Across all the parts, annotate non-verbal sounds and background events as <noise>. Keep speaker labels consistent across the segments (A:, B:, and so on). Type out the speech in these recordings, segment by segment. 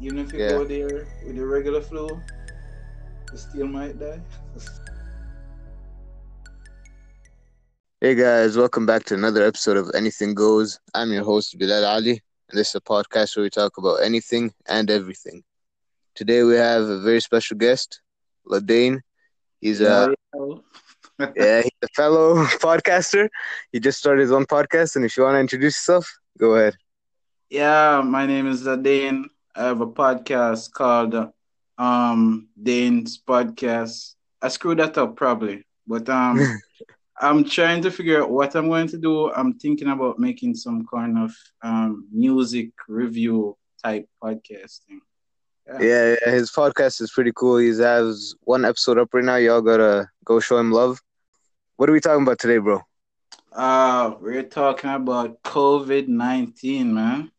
A: Even if you
B: Yeah.
A: go there with the regular flu, you still might die.
B: Hey guys, welcome back to another episode of Anything Goes. I'm your host Bilal Ali, and this is a podcast where we talk about anything and everything. Today we have a very special guest, Ladane. He's a yeah, he's a fellow <laughs> podcaster. He just started his own podcast, and if you want to introduce yourself, go ahead.
A: Yeah, my name is uh, Dane. I have a podcast called uh, um Dane's Podcast. I screwed that up probably, but
B: <laughs>
A: um I'm trying to figure out what I'm going to do. I'm thinking about making some kind of um music review type podcasting.
B: Yeah, yeah, his podcast is pretty cool. He has one episode up right now. Y'all gotta go show him love. What are we talking about today, bro?
A: Uh we're talking about COVID-19, man.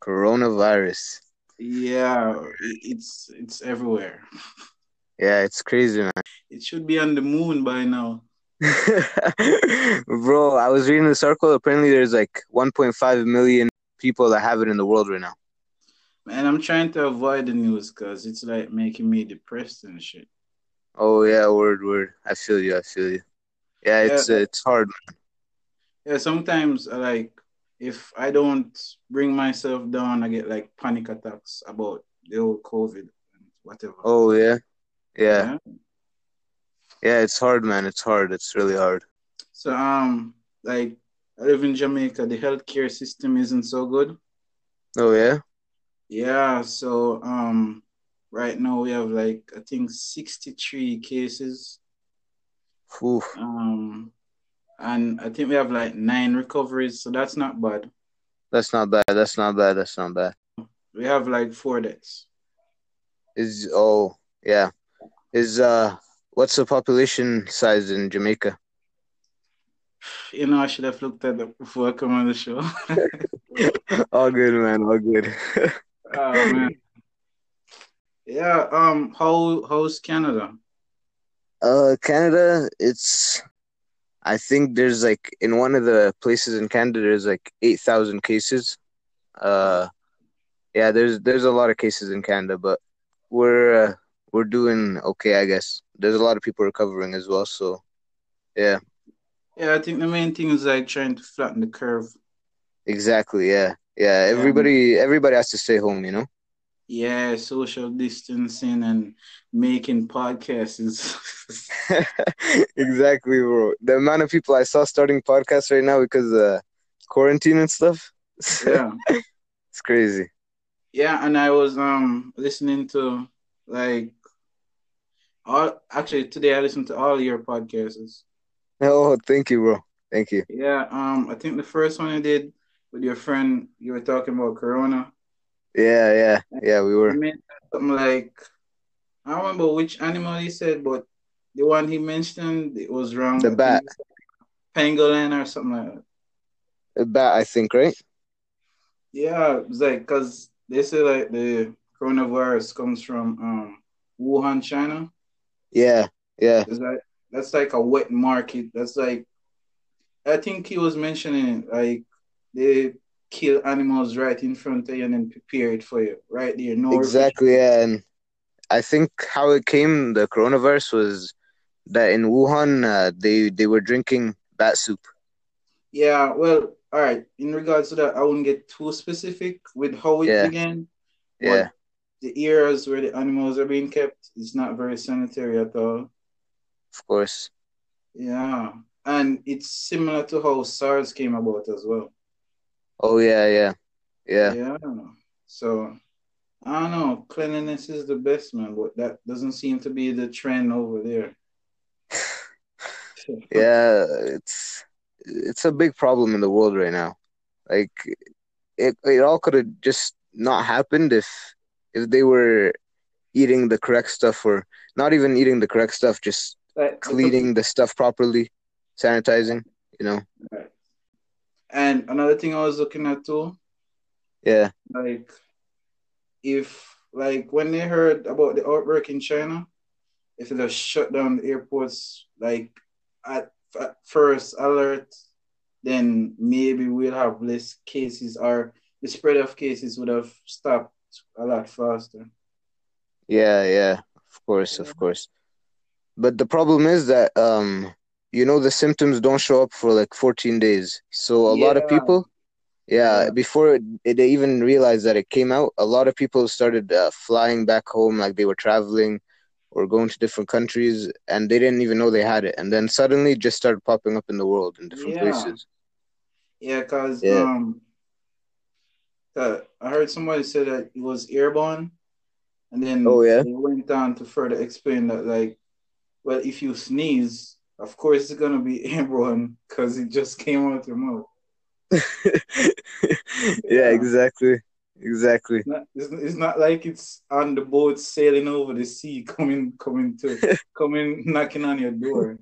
B: Coronavirus.
A: Yeah, it- it's it's everywhere.
B: Yeah, it's crazy, man.
A: It should be on the moon by now.
B: <laughs> Bro, I was reading this article. Apparently, there's like 1.5 million people that have it in the world right now.
A: And I'm trying to avoid the news because it's like making me depressed and shit.
B: Oh yeah, word word. I feel you. I feel you. Yeah, it's
A: Yeah.
B: uh, it's hard.
A: Yeah, sometimes I like if I don't bring myself down, I get like panic attacks about the old COVID and whatever.
B: Oh yeah, yeah,
A: Yeah.
B: yeah. It's hard, man. It's hard. It's really hard.
A: So um, like I live in Jamaica, the healthcare system isn't so good.
B: Oh yeah.
A: Yeah, so um, right now we have like I think 63 cases.
B: Oof.
A: Um, and I think we have like nine recoveries, so that's not bad.
B: That's not bad. That's not bad. That's not bad.
A: We have like four deaths.
B: Is oh yeah. Is uh, what's the population size in Jamaica?
A: You know, I should have looked at that before I come on the show.
B: <laughs> All good, man. All good.
A: <laughs>
B: <laughs>
A: oh man. Yeah, um, how how's Canada?
B: Uh, Canada, it's. I think there's like in one of the places in Canada, there's like eight thousand cases. Uh, yeah, there's there's a lot of cases in Canada, but we're uh, we're doing okay, I guess. There's a lot of people recovering as well, so yeah,
A: Yeah, I think the main thing is like trying to flatten the curve.
B: exactly, yeah, yeah. Everybody everybody has to stay home, you know. <laughs>
A: Yeah, social distancing and making podcasts <laughs> is
B: Exactly, bro. The amount of people I saw starting podcasts right now because uh quarantine and stuff, <laughs>
A: yeah.
B: it's crazy.
A: Yeah, and I was um listening to like all actually today I listened to all your podcasts.
B: Oh, thank you, bro. Thank you.
A: Yeah, um I think the first one I did with your friend you were talking about Corona.
B: Yeah, yeah, yeah. We
A: I
B: were.
A: mean something like I don't remember which animal he said, but the one he mentioned it was wrong.
B: The
A: I think
B: bat.
A: it was Pangolin or something like that.
B: A bat, I think, right?
A: Yeah, it's like because they say like the coronavirus comes from um Wuhan, China.
B: Yeah, yeah,
A: Is that that's like a wet market. That's like I think he was mentioning like they kill animals right in front of you and then prepare it for you right there. No
B: exactly. Yeah, and I think how it came, the coronavirus was that in Wuhan, uh, they they were drinking bat soup.
A: Yeah, well, all right. In regards to that, I wouldn't get too specific with how it
B: Yeah.
A: began. but
B: Yeah,
A: the areas where the animals are being kept is not very sanitary at all.
B: of course.
A: Yeah. And it's similar to how SARS came about as well.
B: Oh yeah, yeah, yeah.
A: Yeah. So I don't know, cleanliness is the best man, but that doesn't seem to be the trend over there.
B: <laughs> Yeah, it's it's a big problem in the world right now. Like it it all could have just not happened if if they were eating the correct stuff or not even eating the correct stuff, just
A: <laughs> Like,
B: cleaning the stuff properly, sanitizing, you know.
A: And another thing I was looking at too,
B: Yeah.
A: like if like when they heard about the outbreak in China, if they just shut down the airports like at, at first alert, then maybe we'll have less cases or the spread of cases would have stopped a lot faster.
B: Yeah, yeah, of course, of course. But the problem is that um, you know, the symptoms don't show up for like 14 days. So a lot of
A: Yeah.
B: people, yeah,
A: Yeah.
B: before it, they even realized that it came out, a lot of people started uh, flying back home, like they were traveling or going to different countries, and they didn't even know they had it. And then suddenly, it just started popping up in the world in different
A: Yeah.
B: places.
A: Yeah, cause
B: Yeah.
A: um, uh, I heard somebody say that it was airborne, and
B: Oh
A: then
B: yeah.
A: they went on to further explain that, like, well, if you sneeze, of course it's gonna be <laughs> airborne, cause it just came out your mouth.
B: <laughs> yeah,
A: Yeah,
B: exactly. Exactly.
A: not, it's, it's not like it's on the boat sailing over the sea, <laughs> coming, coming to,
B: <laughs>
A: coming knocking on your door.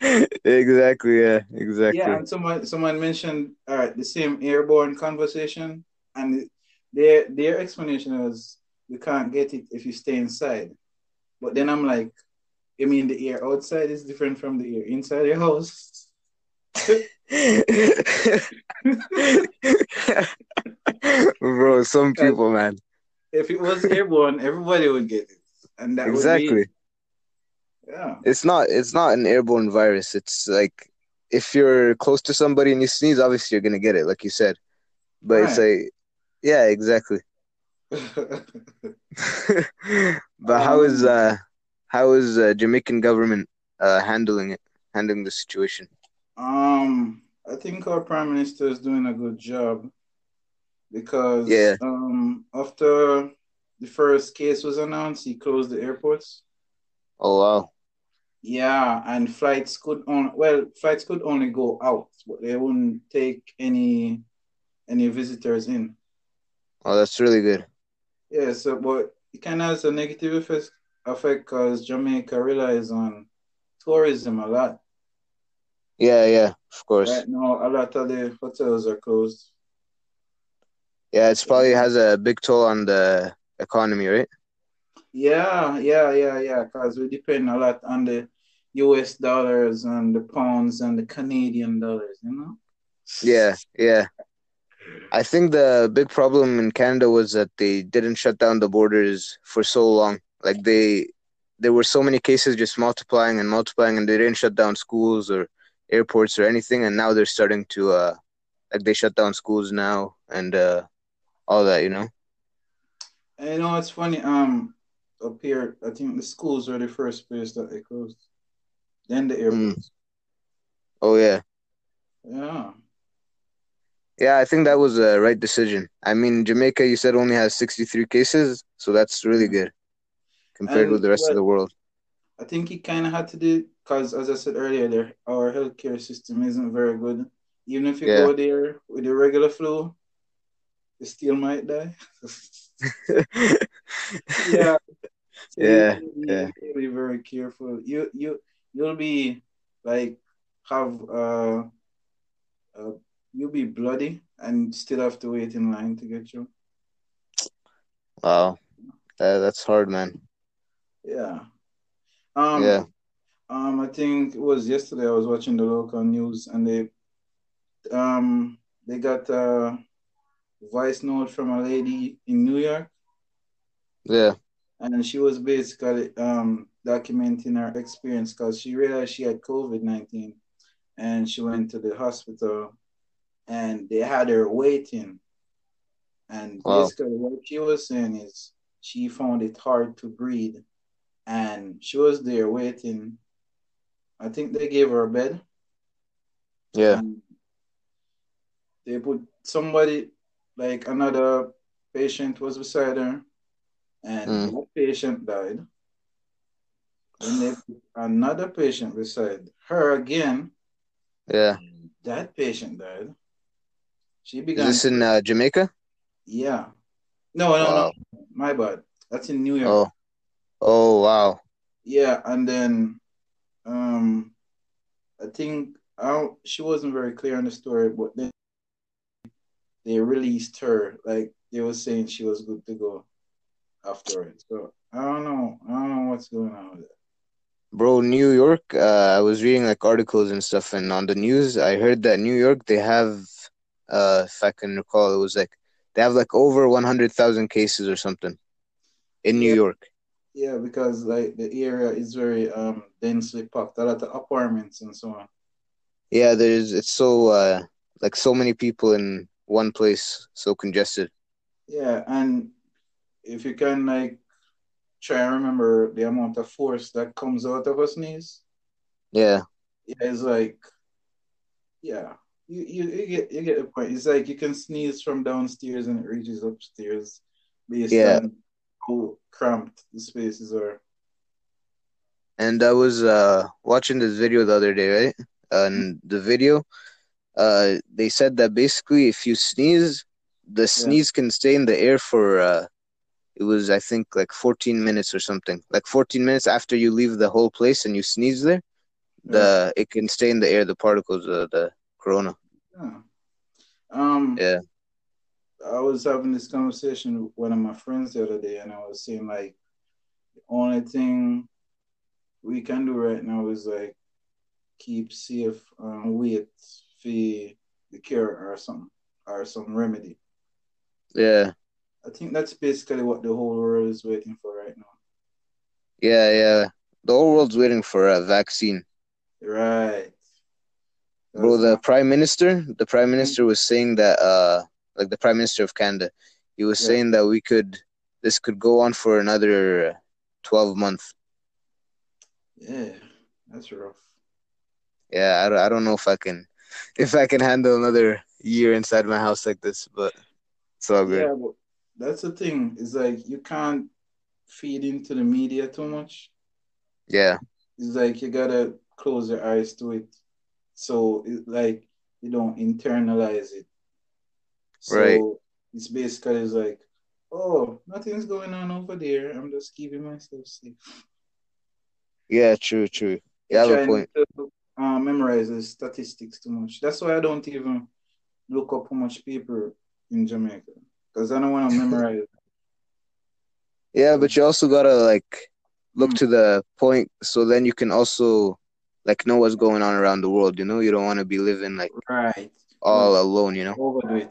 B: exactly, yeah,
A: Yeah,
B: exactly.
A: and someone someone mentioned uh, the same airborne conversation, and their their explanation was you can't get it if you stay inside. But then I'm like, I mean, the air outside is different from the air inside your house.
B: <laughs> Bro, some
A: 'Cause
B: people, man.
A: if it was airborne, everybody would get it, and that would be it.
B: Exactly.
A: Yeah, <laughs>
B: It's not it's not an airborne virus. It's like if you're close to somebody and you sneeze, obviously you're gonna get it, like you said. But it's
A: right.
B: like yeah, exactly. <laughs> But how is
A: um,
B: uh how is uh, Jamaican government uh handling it, handling the situation?
A: um, I think our prime minister is doing a good job.
B: Yeah.
A: because um, after the first case was announced, he closed the airports.
B: Oh wow.
A: Yeah, and flights could on well, flights could only go out, but they wouldn't take any any visitors in.
B: Oh, that's really good.
A: Yeah, so but it can has a negative effect effect because Jamaica relies on tourism a lot.
B: Yeah, yeah, of course.
A: Right now, a lot of the hotels are closed.
B: Yeah, it's probably
A: So
B: has a big toll on the economy, right?
A: Yeah, yeah, yeah, yeah. Because we depend a lot on the US dollars and the pounds and the Canadian dollars, you know?
B: Yeah, yeah. I think the big problem in Canada was that they didn't shut down the borders for so long. Like they there were so many cases just multiplying and multiplying and they didn't shut down schools or airports or anything and now they're starting to uh like they shut down schools now and uh all that, you know?
A: And you know, it's funny. Um, up here, I think the schools were the first place that they closed, then the
B: Mm.
A: airports.
B: Oh yeah.
A: Yeah.
B: Yeah, I think that was a right decision. I mean, Jamaica you said only has 63 cases, so that's really
A: Yeah.
B: good compared with
A: And
B: the rest of
A: well,
B: the world.
A: I think it kind of had to do because, as I said earlier, there, our healthcare system isn't very good. Even if you
B: Yeah.
A: go there with the regular flu, you still might die. <laughs> <laughs> Yeah. So you
B: Yeah,
A: gotta be
B: yeah.
A: really very careful. You you you'll be like have uh, uh you'll be bloody and still have to wait in line to get you.
B: <laughs> Wow. Uh, that's hard, man.
A: Yeah.
B: Yeah.
A: Um um I think it was yesterday I was watching the local news and they um they got a voice note from a lady in New York
B: Yeah.
A: and she was basically um documenting her experience because she realized she had COVID-19 and she went to the hospital and they had her waiting. And
B: Wow.
A: basically, what she was saying is she found it hard to breathe, and she was there waiting. I think they gave her a bed,
B: Yeah.
A: and Um, they put somebody, like another patient, was beside her, and
B: Mm.
A: that patient died. Then they put another patient beside her again.
B: Yeah.
A: and That patient died. She
B: Is
A: began
B: this
A: to,
B: in uh, Jamaica?
A: yeah. No, no, no.
B: Wow.
A: My bad. That's in New York.
B: Oh. Oh, wow.
A: Yeah, and then um I think I don't, she wasn't very clear on the story, but then they released her. Like they were saying she was good to go afterwards. So I don't know. I don't know what's going on with that.
B: Bro, New York, uh, I was reading like articles and stuff, and on the news, I heard that New York, they have, uh, if I can recall, it was like They have like over 100,000 cases or something in New
A: Yeah.
B: York.
A: Yeah, because like the area is very um densely packed, a lot of apartments and so on.
B: Yeah, there's it's so uh like so many people in one place, so congested.
A: Yeah, and if you can like try and remember the amount of force that comes out of a sneeze,
B: Yeah.
A: yeah, it's like, yeah, you, you, you get you get the point. It's like you can sneeze from downstairs and it reaches upstairs based
B: Yeah.
A: on how cramped the spaces are.
B: And I was uh watching this video the other day, right? And the video uh they said that basically if you sneeze, the
A: Yeah,
B: sneeze can stay in the air for uh it was I think like 14 minutes or something. Like 14 minutes after you leave the whole place and you sneeze there,
A: yeah,
B: the it can stay in the air, the particles of the corona.
A: yeah. Um,
B: Yeah.
A: I was having this conversation with one of my friends the other day, and I was saying like the only thing we can do right now is like keep safe and wait for the cure or some or some remedy.
B: Yeah.
A: I think that's basically what the whole world is waiting for right now.
B: Yeah, yeah. The whole world's waiting for a vaccine.
A: Right. That
B: Bro,
A: was
B: the
A: my
B: prime minister, the prime
A: thing.
B: minister was saying that uh like the prime minister of Canada, he was
A: Yeah.
B: saying that we could this could go on for another 12 months.
A: Yeah. That's rough.
B: Yeah, I, don't- I don't know if I can <laughs> if I can handle another year inside my house like this, but it's all good.
A: Yeah, but that's the thing. It's like you can't feed into the media too much.
B: Yeah.
A: It's like you gotta close your eyes to it. So it like you don't internalize it.
B: Right.
A: So it's basically it's like, oh, nothing's going on over there. I'm just keeping myself safe.
B: Yeah, true, true. You
A: I
B: have a
A: try not
B: point.
A: to uh, memorize the statistics too much. That's why I don't even look up how much people in Jamaica because I don't want to memorize.
B: Yeah, but
A: Because
B: you also gotta like <laughs> look
A: mm,
B: to the point so then you can also like know what's going on around the world, you know? You don't want to be living like
A: right,
B: all
A: don't
B: alone, you know?
A: overdo it.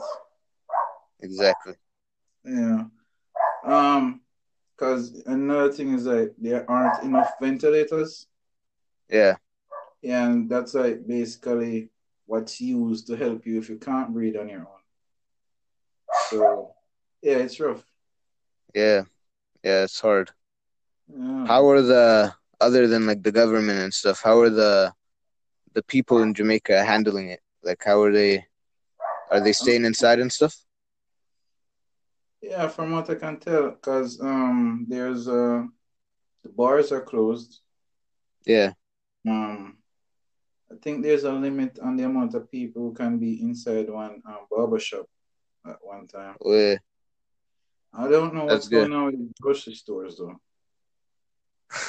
B: Exactly.
A: Yeah. Um, because another thing is like there aren't enough ventilators,
B: Yeah.
A: and that's like basically what's used to help you if you can't breathe on your own. So yeah, it's rough.
B: Yeah. Yeah, it's hard.
A: Yeah.
B: How are the other than like the government and stuff, how are the the people in Jamaica handling it? Like how are they are they
A: Um,
B: staying inside and stuff?
A: yeah, from what I can tell, because um, there's uh, the bars are closed.
B: Yeah.
A: Um, I think there's a limit on the amount of people who can be inside one um, barber shop at one time.
B: Oh, yeah.
A: I don't know
B: That's
A: what's
B: good.
A: going on with grocery stores though.
B: <laughs>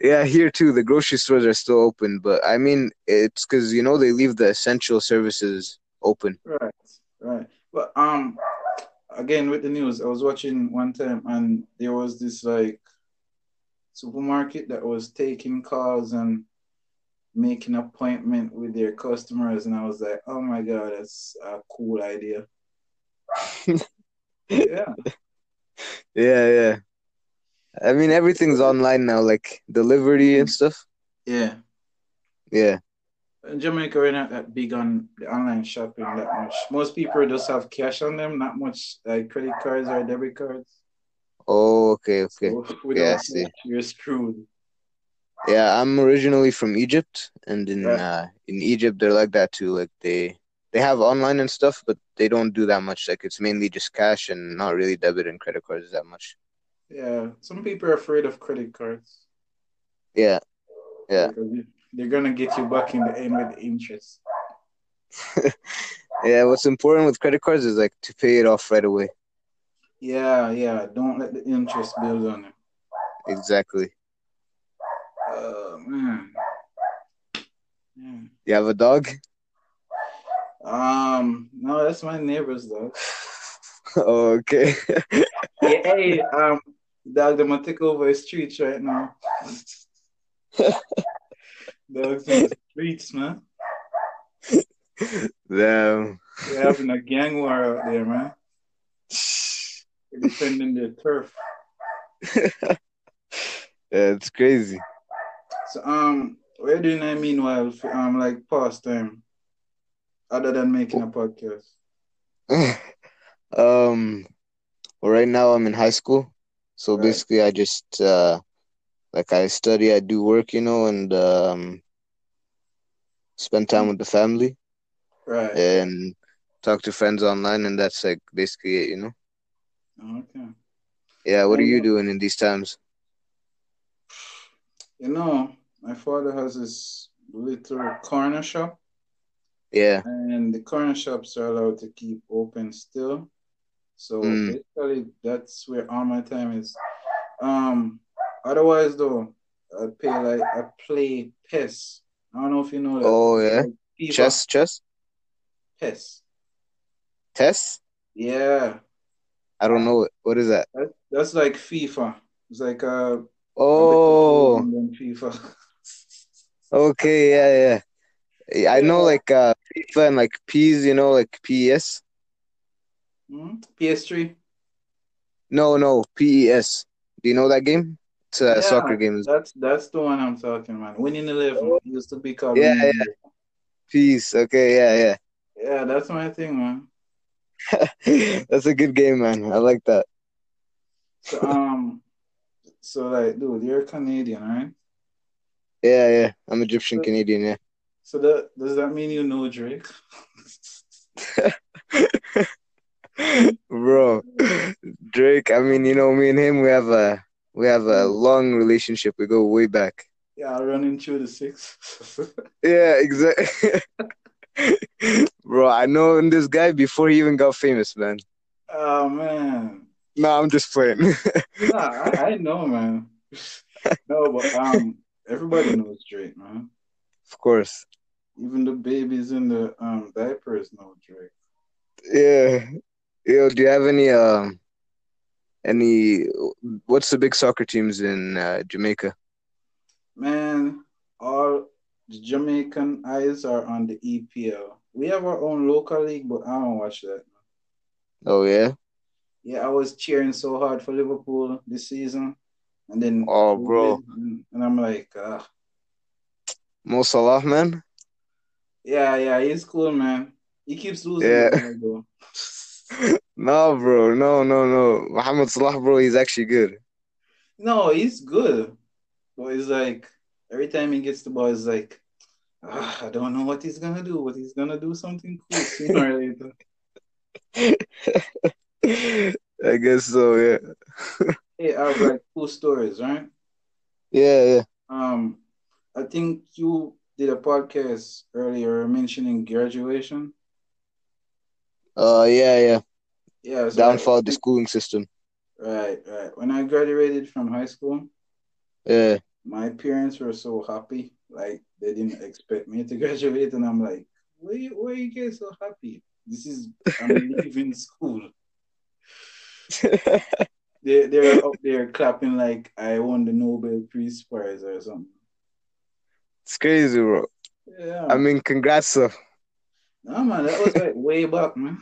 B: Yeah, here too, the grocery stores are still open, but I mean, it's because you know they leave the essential services open.
A: Right, right. But um, again with the news, I was watching one time and there was this like supermarket that was taking calls and making appointment with their customers, and I was like, oh my god, that's a cool
B: <laughs>
A: idea. Yeah,
B: Yeah, yeah. I mean, everything's
A: Really?
B: online now, like delivery and
A: Mm.
B: stuff.
A: yeah.
B: Yeah,
A: In Jamaica, we're not that big on the online shopping that much. Most people just have cash on them, not much like credit cards or debit cards.
B: Oh, okay, okay.
A: So
B: Yeah, I
A: without
B: see.
A: cash, you're screwed.
B: Yeah, I'm originally from Egypt, and in
A: Right.
B: uh in Egypt they're like that too. Like they they have online and stuff, but they don't do that much. Like it's mainly just cash and not really debit and credit cards that much.
A: Yeah. Some people are afraid of credit cards
B: Yeah, yeah.
A: because you- they're gonna get you back in the end with interest.
B: Yeah, what's important with credit cards is like to pay it off right away.
A: Yeah, yeah. Don't let the interest build on it.
B: Exactly.
A: Oh man. Yeah.
B: You have a dog? <laughs>
A: Um. No, that's my neighbor's dog.
B: Oh, Okay. <laughs>
A: Yeah. Hey. Um. Dog, I'm gonna take over his streets right now. Dogs in the streets, man.
B: Damn.
A: They're having a gang war out there, man. defending their turf.
B: Yeah, it's crazy.
A: So um, what you doing? I meanwhile, f- um, like pastime, other than making a podcast.
B: <laughs> um, well, right now I'm in high school, so
A: Right.
B: basically I just uh, like I study, I do work, you know, and um, spend time with the family
A: Right.
B: and talk to friends online, and that's like basically it, you know.
A: Okay.
B: Yeah, what are
A: Yeah,
B: you
A: yeah.
B: doing in these times?
A: You know, my father has this little corner shop,
B: Yeah,
A: and the corner shops are allowed to keep open still. So
B: Mm.
A: basically, that's where all my time is. Um, otherwise though, I play like I play PES. I don't know if you know that.
B: Oh,
A: It's
B: yeah?
A: like FIFA
B: chess, chess,
A: PES.
B: test.
A: Yeah,
B: I don't know it. what is that.
A: that, that's like FIFA. It's like a, a bit
B: Oh,
A: <laughs> than FIFA.
B: okay, yeah, yeah. Yeah, I know
A: Yeah.
B: like uh FIFA and like P's, you know, like E PES.
A: Mhm. PS3.
B: No, no, PES. Do you know that game? It's a soccer
A: Yeah,
B: game.
A: that's that's the one I'm talking, man. Winning Eleven
B: Oh.
A: it used to be called
B: Yeah,
A: Winning
B: yeah,
A: Eleven.
B: P's. Okay, yeah,
A: Yeah, that's my thing, man.
B: yeah. <laughs> That's a good game, man. I like that.
A: So um, <laughs> so like, dude, you're Canadian, right?
B: Yeah, yeah. I'm Egyptian
A: So,
B: Canadian, yeah.
A: so that does that mean you know Drake? <laughs>
B: Bro, <laughs> Drake, I mean, you know, me and him we have a we have a long relationship. We go way back.
A: Yeah, running through the six. <laughs>
B: Yeah, exactly. <laughs> Bro, I known this guy before he even got famous, man.
A: Oh man,
B: No, I'm just playing. <laughs>
A: nah, I, I know, man. <laughs> No, but um, everybody knows Drake, man.
B: Of course.
A: Even the babies in the um diapers know Drake.
B: Yeah. Yo, do you have any um any what's the big soccer teams in uh, Jamaica?
A: Man, all the Jamaican eyes are on the EPL. We have our own local league, but I don't watch that.
B: Oh yeah.
A: Yeah, I was cheering so hard for Liverpool this season, and then
B: Oh bro.
A: COVID, and, and I'm like, ah,
B: Mo Salah, man.
A: yeah, yeah, he's cool, man. He keeps losing
B: Yeah.
A: the ball though.
B: No, bro. No, no, no. Mohamed Salah, bro, he's actually good. <laughs>
A: No, he's good, but it's like every time he gets the ball, it's like, ah, I don't know what he's gonna do, but he's gonna do something cool sooner
B: <laughs>
A: or later.
B: I guess so, yeah.
A: Hey, I have like cool stories, right?
B: Yeah, yeah.
A: Um, I think you did a podcast earlier mentioning graduation.
B: Uh yeah, yeah.
A: Yeah, so like,
B: Downfall of the schooling system.
A: right, right. When I graduated from high school,
B: <laughs> Yeah.
A: my parents were so happy. Like, they didn't expect me to <laughs> graduate, and I'm like, why, why you guys so happy? This is, I'm leaving <laughs> school. They, they're up there clapping like I won the Nobel Peace Prize or something.
B: It's crazy, bro. I
A: Yeah.
B: mean, congrats. though.
A: No, man, that was like way back, man.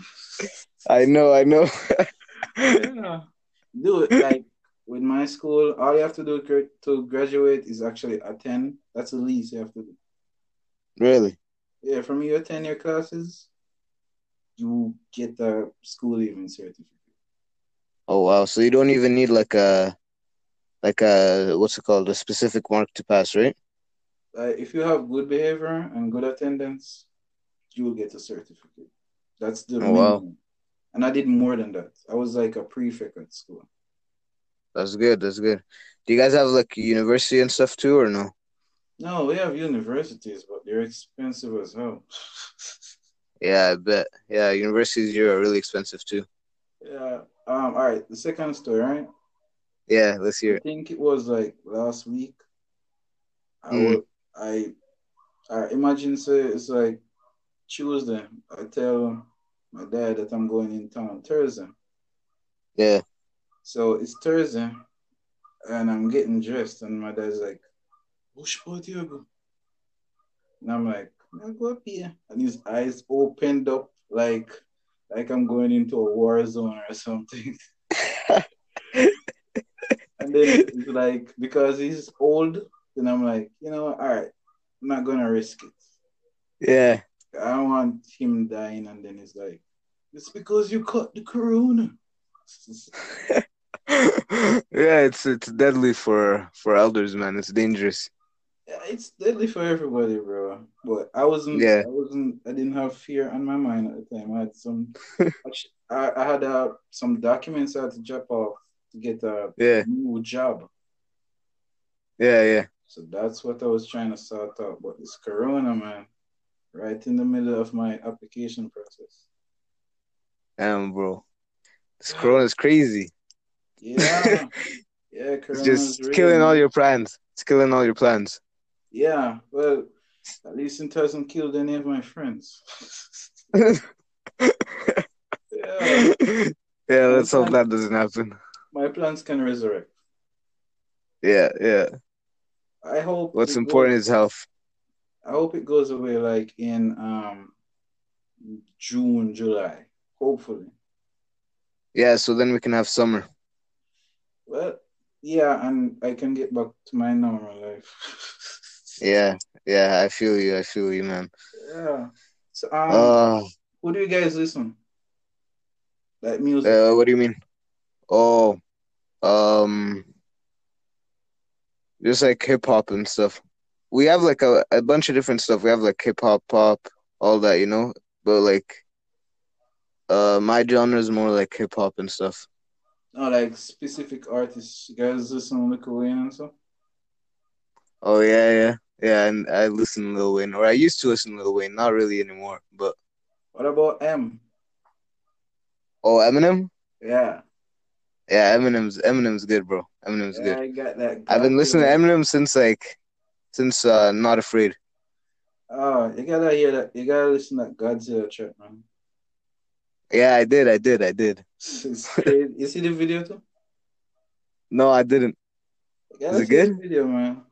B: I know, I know. <laughs>
A: Yeah. Dude, like with my school, all you have to do gra- to graduate is actually attend. That's the least you have to do.
B: Really?
A: Yeah, from you attend your classes, you get the school leaving certificate.
B: Oh wow. So you don't even need like a like a what's it called? A specific mark to pass, right?
A: Like if you have good behavior and good attendance, you will get a certificate. That's the
B: Oh wow.
A: minimum. And I did more than that. I was like a prefect at school.
B: That's good. That's good. Do you guys have like university and stuff too or no?
A: No, we have universities, but they're expensive as hell. <laughs>
B: Yeah, I bet. Yeah, universities here are really expensive too.
A: Yeah. Um, all right, the second story, right?
B: Yeah, let's
A: I
B: hear it.
A: think it was like last week. I
B: Mm.
A: would I I imagine say it's like Tuesday. I tell my dad that I'm going in town Thursday.
B: Yeah.
A: So it's Thursday and I'm getting dressed and my dad's like, Which part you go? And I'm like, I go up here. And his eyes opened up like like I'm going into a war zone or something. <laughs> it. It's like because he's old, and I'm like, you know, all right, I'm not gonna risk it.
B: Yeah. <laughs>
A: I don't want him dying, and then it's like, it's because you caught the corona. <laughs>
B: yeah, it's it's deadly for for elders, man. It's dangerous.
A: Yeah, it's deadly for everybody, bro. But I wasn't.
B: Yeah.
A: I wasn't. I didn't have fear on my mind at the time. I had
B: <laughs>
A: some. actu- I, I had uh, some documents I had to drop off to get a
B: Yeah,
A: new job.
B: yeah, yeah.
A: So that's what I was trying to sort out. But it's Corona, man, right in the middle of my application process.
B: Damn, bro. This corona's crazy. <laughs>
A: Yeah, yeah,
B: It's
A: Corona
B: just killing all your plans. It's killing all your plans. <laughs>
A: Yeah, well, at least it hasn't killed any of my friends. <laughs> yeah,
B: yeah, let's hope that doesn't happen.
A: my plans can resurrect.
B: Yeah, yeah.
A: I hope
B: What's
A: it goes-
B: important is health.
A: I hope it goes away like in um June, July, hopefully.
B: Yeah, so then we can have summer.
A: Well, yeah, and I can get back to my normal life. <laughs>
B: Yeah, yeah. I feel you. I feel you, man.
A: yeah. So, um,
B: Uh,
A: who do you guys listen? Like music?
B: uh what do you mean? Oh, um, just like hip hop and stuff. We have like a, a bunch of different stuff. We have like hip hop, pop, all that, you know. But like, uh, my genre is more like hip hop and stuff.
A: no, like specific artists. You guys listen to Lil Wayne and stuff?
B: Oh yeah, yeah, yeah. And I listen to Lil Wayne, or I used to listen to Lil Wayne, not really anymore. But
A: What about M?
B: oh, Eminem,
A: Yeah,
B: yeah, Eminem's Eminem's good, bro. Eminem's
A: yeah
B: good.
A: I got that.
B: I've been listening to
A: goddamn-
B: Eminem since like since uh Not Afraid.
A: Oh, you gotta hear that. You gotta listen to that Godzilla track, man. <laughs>
B: Yeah, I did, I did, I did.
A: It's crazy. You see the video too?
B: No, I didn't.
A: Yeah,
B: Is it
A: that's a
B: good?
A: Video, man.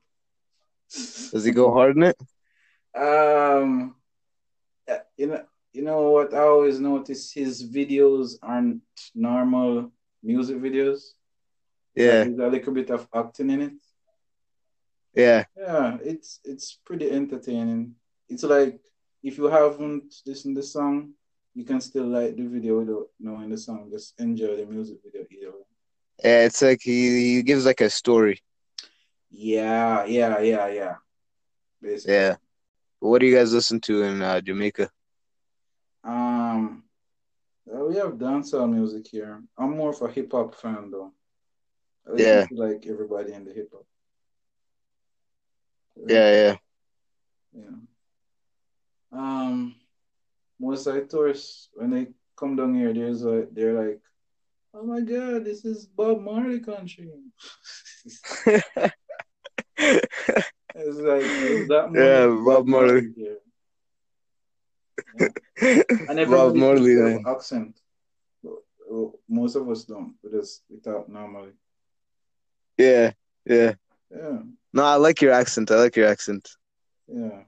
B: Does he go hard in it?
A: Um, yeah, you know, you know what? I always notice his videos aren't normal music videos.
B: Yeah,
A: there's a little bit of acting in it.
B: yeah,
A: Yeah, it's it's pretty entertaining. It's like if you haven't listened to the song, you can still like the video without knowing the song. Just enjoy the music video either way.
B: yeah. It's like he he gives like a story.
A: Yeah, yeah, yeah, yeah. Basically.
B: Yeah. What do you guys listen to in uh, Jamaica?
A: Um, uh, we have dancehall music here. I'm more of a hip hop fan though. I listen
B: Yeah.
A: to, like everybody in the hip hop.
B: Yeah, yeah.
A: Yeah. Um, most like tourists when they come down here, there's a they're like, oh my god, this is Bob Marley country. It's like
B: <laughs>
A: is that Marley?
B: Yeah,
A: Is that <laughs>
B: Bob Marley.
A: here? And
B: Bob
A: everybody
B: Marley,
A: picks
B: man.
A: up accent. Uh, Most of us don't. We just we talk normally.
B: Yeah, yeah.
A: Yeah,
B: No, I like your accent. I like your accent.
A: yeah.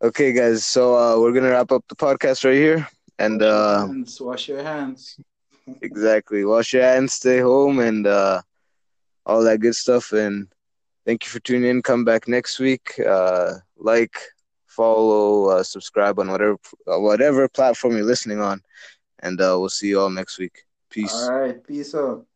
B: Okay, guys. So uh, we're gonna wrap up the podcast right here. And
A: wash your
B: uh,
A: hands, wash your hands.
B: exactly, wash your hands, stay home, and uh, all that good stuff. And thank you for tuning in. Come back next week. Uh, like, follow, uh, subscribe on whatever uh, whatever platform you're listening on. And uh, we'll see you all next week. Peace.
A: All right, peace out.